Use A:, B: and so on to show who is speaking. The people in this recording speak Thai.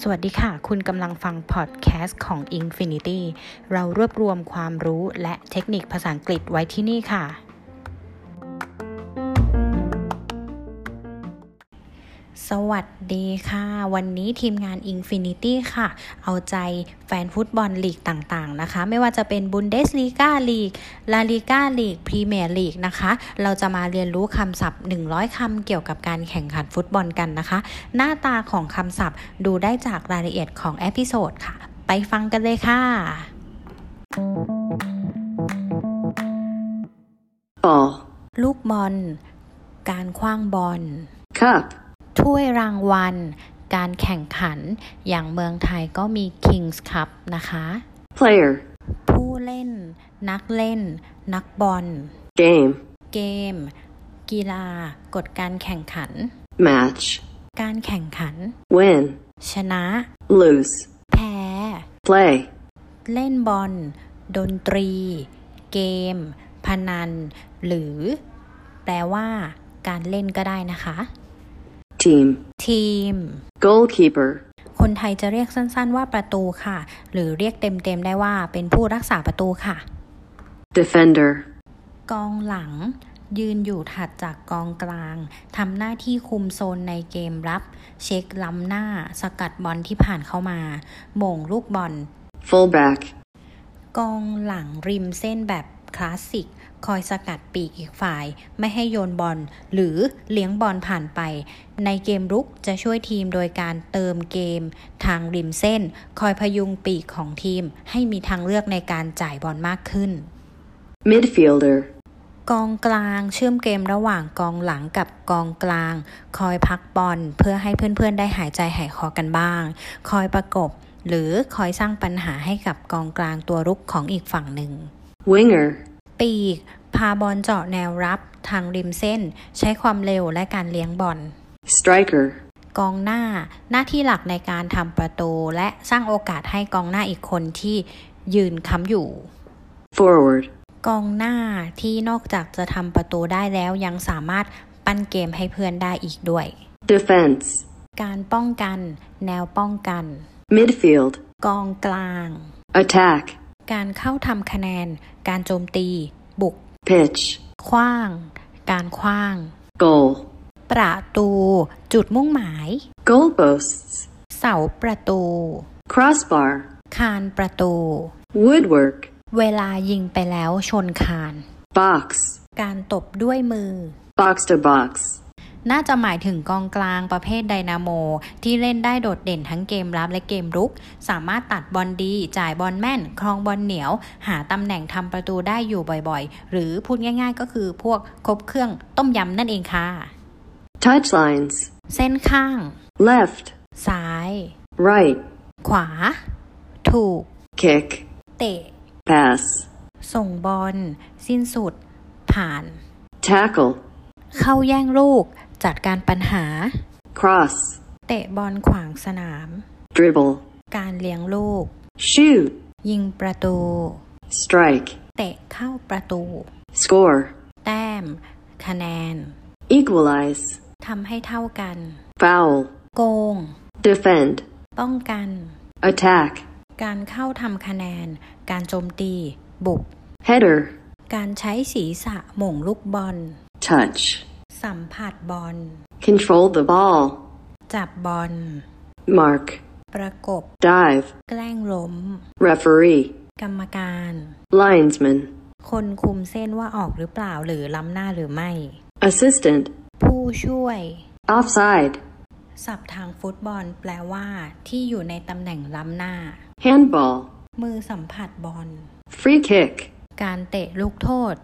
A: สวัสดีค่ะ คุณกำลังฟังพอดแคสต์ของ Infinity เรารวบรวมความรู้และเทคนิคภาษาอังกฤษไว้ที่นี่ค่ะ สวัสดีค่ะ วันนี้ทีมงาน Infinity ค่ะ เอาใจแฟนฟุตบอลลีกต่างๆนะคะ ไม่ว่าจะเป็นบุนเดสลีกาลีกลาลีกาลีกพรีเมียร์ลีกนะคะ เราจะมาเรียนรู้คำศัพท์ 100คำเกี่ยวกับการแข่งขันฟุตบอลกันนะคะ หน้าตาของคำศัพท์ดูได้จากรายละเอียดของเอพิโซดค่ะ ไปฟังกันเลยค่ะ
B: ball,
A: ลูกบอล การคว้างบอล
B: cup,
A: ถ้วยรางวัล การแข่งขัน อย่างเมืองไทยก็มี Kings Cup นะคะ
B: player,
A: ผู้เล่น นักเล่น นักบอล
B: game,
A: เกม กีฬากฎการแข่งขัน
B: match,
A: การแข่งขัน
B: win,
A: ชนะ
B: lose,
A: แพ้
B: play,
A: เล่นบอล ดนตรี เกม พนัน หรือ แปลว่า การเล่นก็ได้นะคะ
B: team,
A: ทีม
B: goalkeeper,
A: คนไทยจะเรียกสั้นๆว่าประตูค่ะ หรือเรียกเต็มๆได้ว่าเป็นผู้รักษาประตูค่ะ
B: defender,
A: กองหลัง ยืนอยู่ถัดจากกองกลางทำหน้าที่คุมโซนในเกมรับ เช็คล้ำหน้า สกัดบอลที่ผ่านเข้ามาโหม่งลูกบอล
B: fullback,
A: กองหลังริมเส้นแบบคลาสสิก คอยสกัดปีกอีกฝ่าย ไม่ให้โยนบอล หรือเลี้ยงบอลผ่านไป ในเกมรุกจะช่วยทีมโดยการเติมเกม ทางริมเส้น คอยพยุงปีกของทีม ให้มีทางเลือกในการจ่ายบอลมากขึ้น
B: midfielder,
A: กองกลางเชื่อมเกมระหว่างกองหลังกับกองกลาง คอยพักบอลเพื่อให้เพื่อนๆ ได้หายใจหายคอกันบ้าง คอยประกบ หรือคอยสร้างปัญหาให้กับกองกลางตัวรุกของอีกฝั่งหนึ่ง
B: winger,
A: ปีก พาบอลเจาะแนวรับทางริมเส้น ใช้ความเร็วและการเลี้ยงบอล
B: striker,
A: กองหน้า หน้าที่หลักในการทำประตู และสร้างโอกาสให้กองหน้าอีกคนที่ยืนค้ำอยู่
B: forward,
A: กองหน้าที่นอกจากจะทำประตูได้แล้วยังสามารถปั้นเกมให้เพื่อนได้อีกด้วย
B: defense,
A: การป้องกัน แนวป้องกัน
B: midfield,
A: กองกลาง
B: attack,
A: การเข้าทำคะแนน การโจมตี บุก
B: pitch,
A: ขว้าง การขว้าง
B: goal,
A: ประตู จุดมุ่งหมาย
B: goalposts,
A: เสาประตู
B: crossbar,
A: คานประตู
B: woodwork,
A: เวลายิงไปแล้วชนคาน
B: box,
A: การตบด้วยมือ
B: box to box,
A: น่าจะหมายถึงกองกลางประเภทไดนาโม ที่เล่นได้โดดเด่นทั้งเกมรับและเกมรุก สามารถตัดบอลดี จ่ายบอลแม่น ครองบอลเหนียว หาตำแหน่งทำประตูได้อยู่บ่อยๆ หรือพูดง่ายๆก็คือพวกครบเครื่องต้มยำนั่นเองค่ะ
B: touchlines,
A: เส้นข้าง
B: left,
A: ซ้าย
B: right,
A: ขวา ถูก
B: kick,
A: เตะ
B: pass,
A: ส่งบอล สิ้นสุด ผ่าน
B: tackle,
A: เข้าแย่งลูก จัดการปัญหา
B: cross,
A: เตะบอลขวางสนาม
B: dribble,
A: การเลี้ยงลูก
B: shoot,
A: ยิงประตู
B: strike,
A: เตะเข้าประตู
B: score,
A: แต้ม คะแนน
B: equalize,
A: ทำให้เท่ากัน
B: foul,
A: โกง
B: defend,
A: ป้องกัน
B: attack,
A: การเข้าทำคะแนน การโจมตี บุก
B: header,
A: การใช้ศีรษะหม่งลูกบอล
B: touch,
A: สัมผัสบอล
B: control the ball,
A: จับบอล
B: mark,
A: ประกบ
B: dive,
A: แกล้งล้ม
B: referee,
A: กรรมการ
B: linesman,
A: คนคุมเส้นว่าออกหรือเปล่าหรือล้ำหน้าหรือไม่
B: assistant,
A: ผู้ช่วย
B: offside,
A: ศัพท์ทางฟุตบอลแปลว่า ที่อยู่ในตำแหน่งล้ำหน้า
B: handball,
A: มือสัมผัสบอล
B: free kick,
A: การเตะลูกโทษ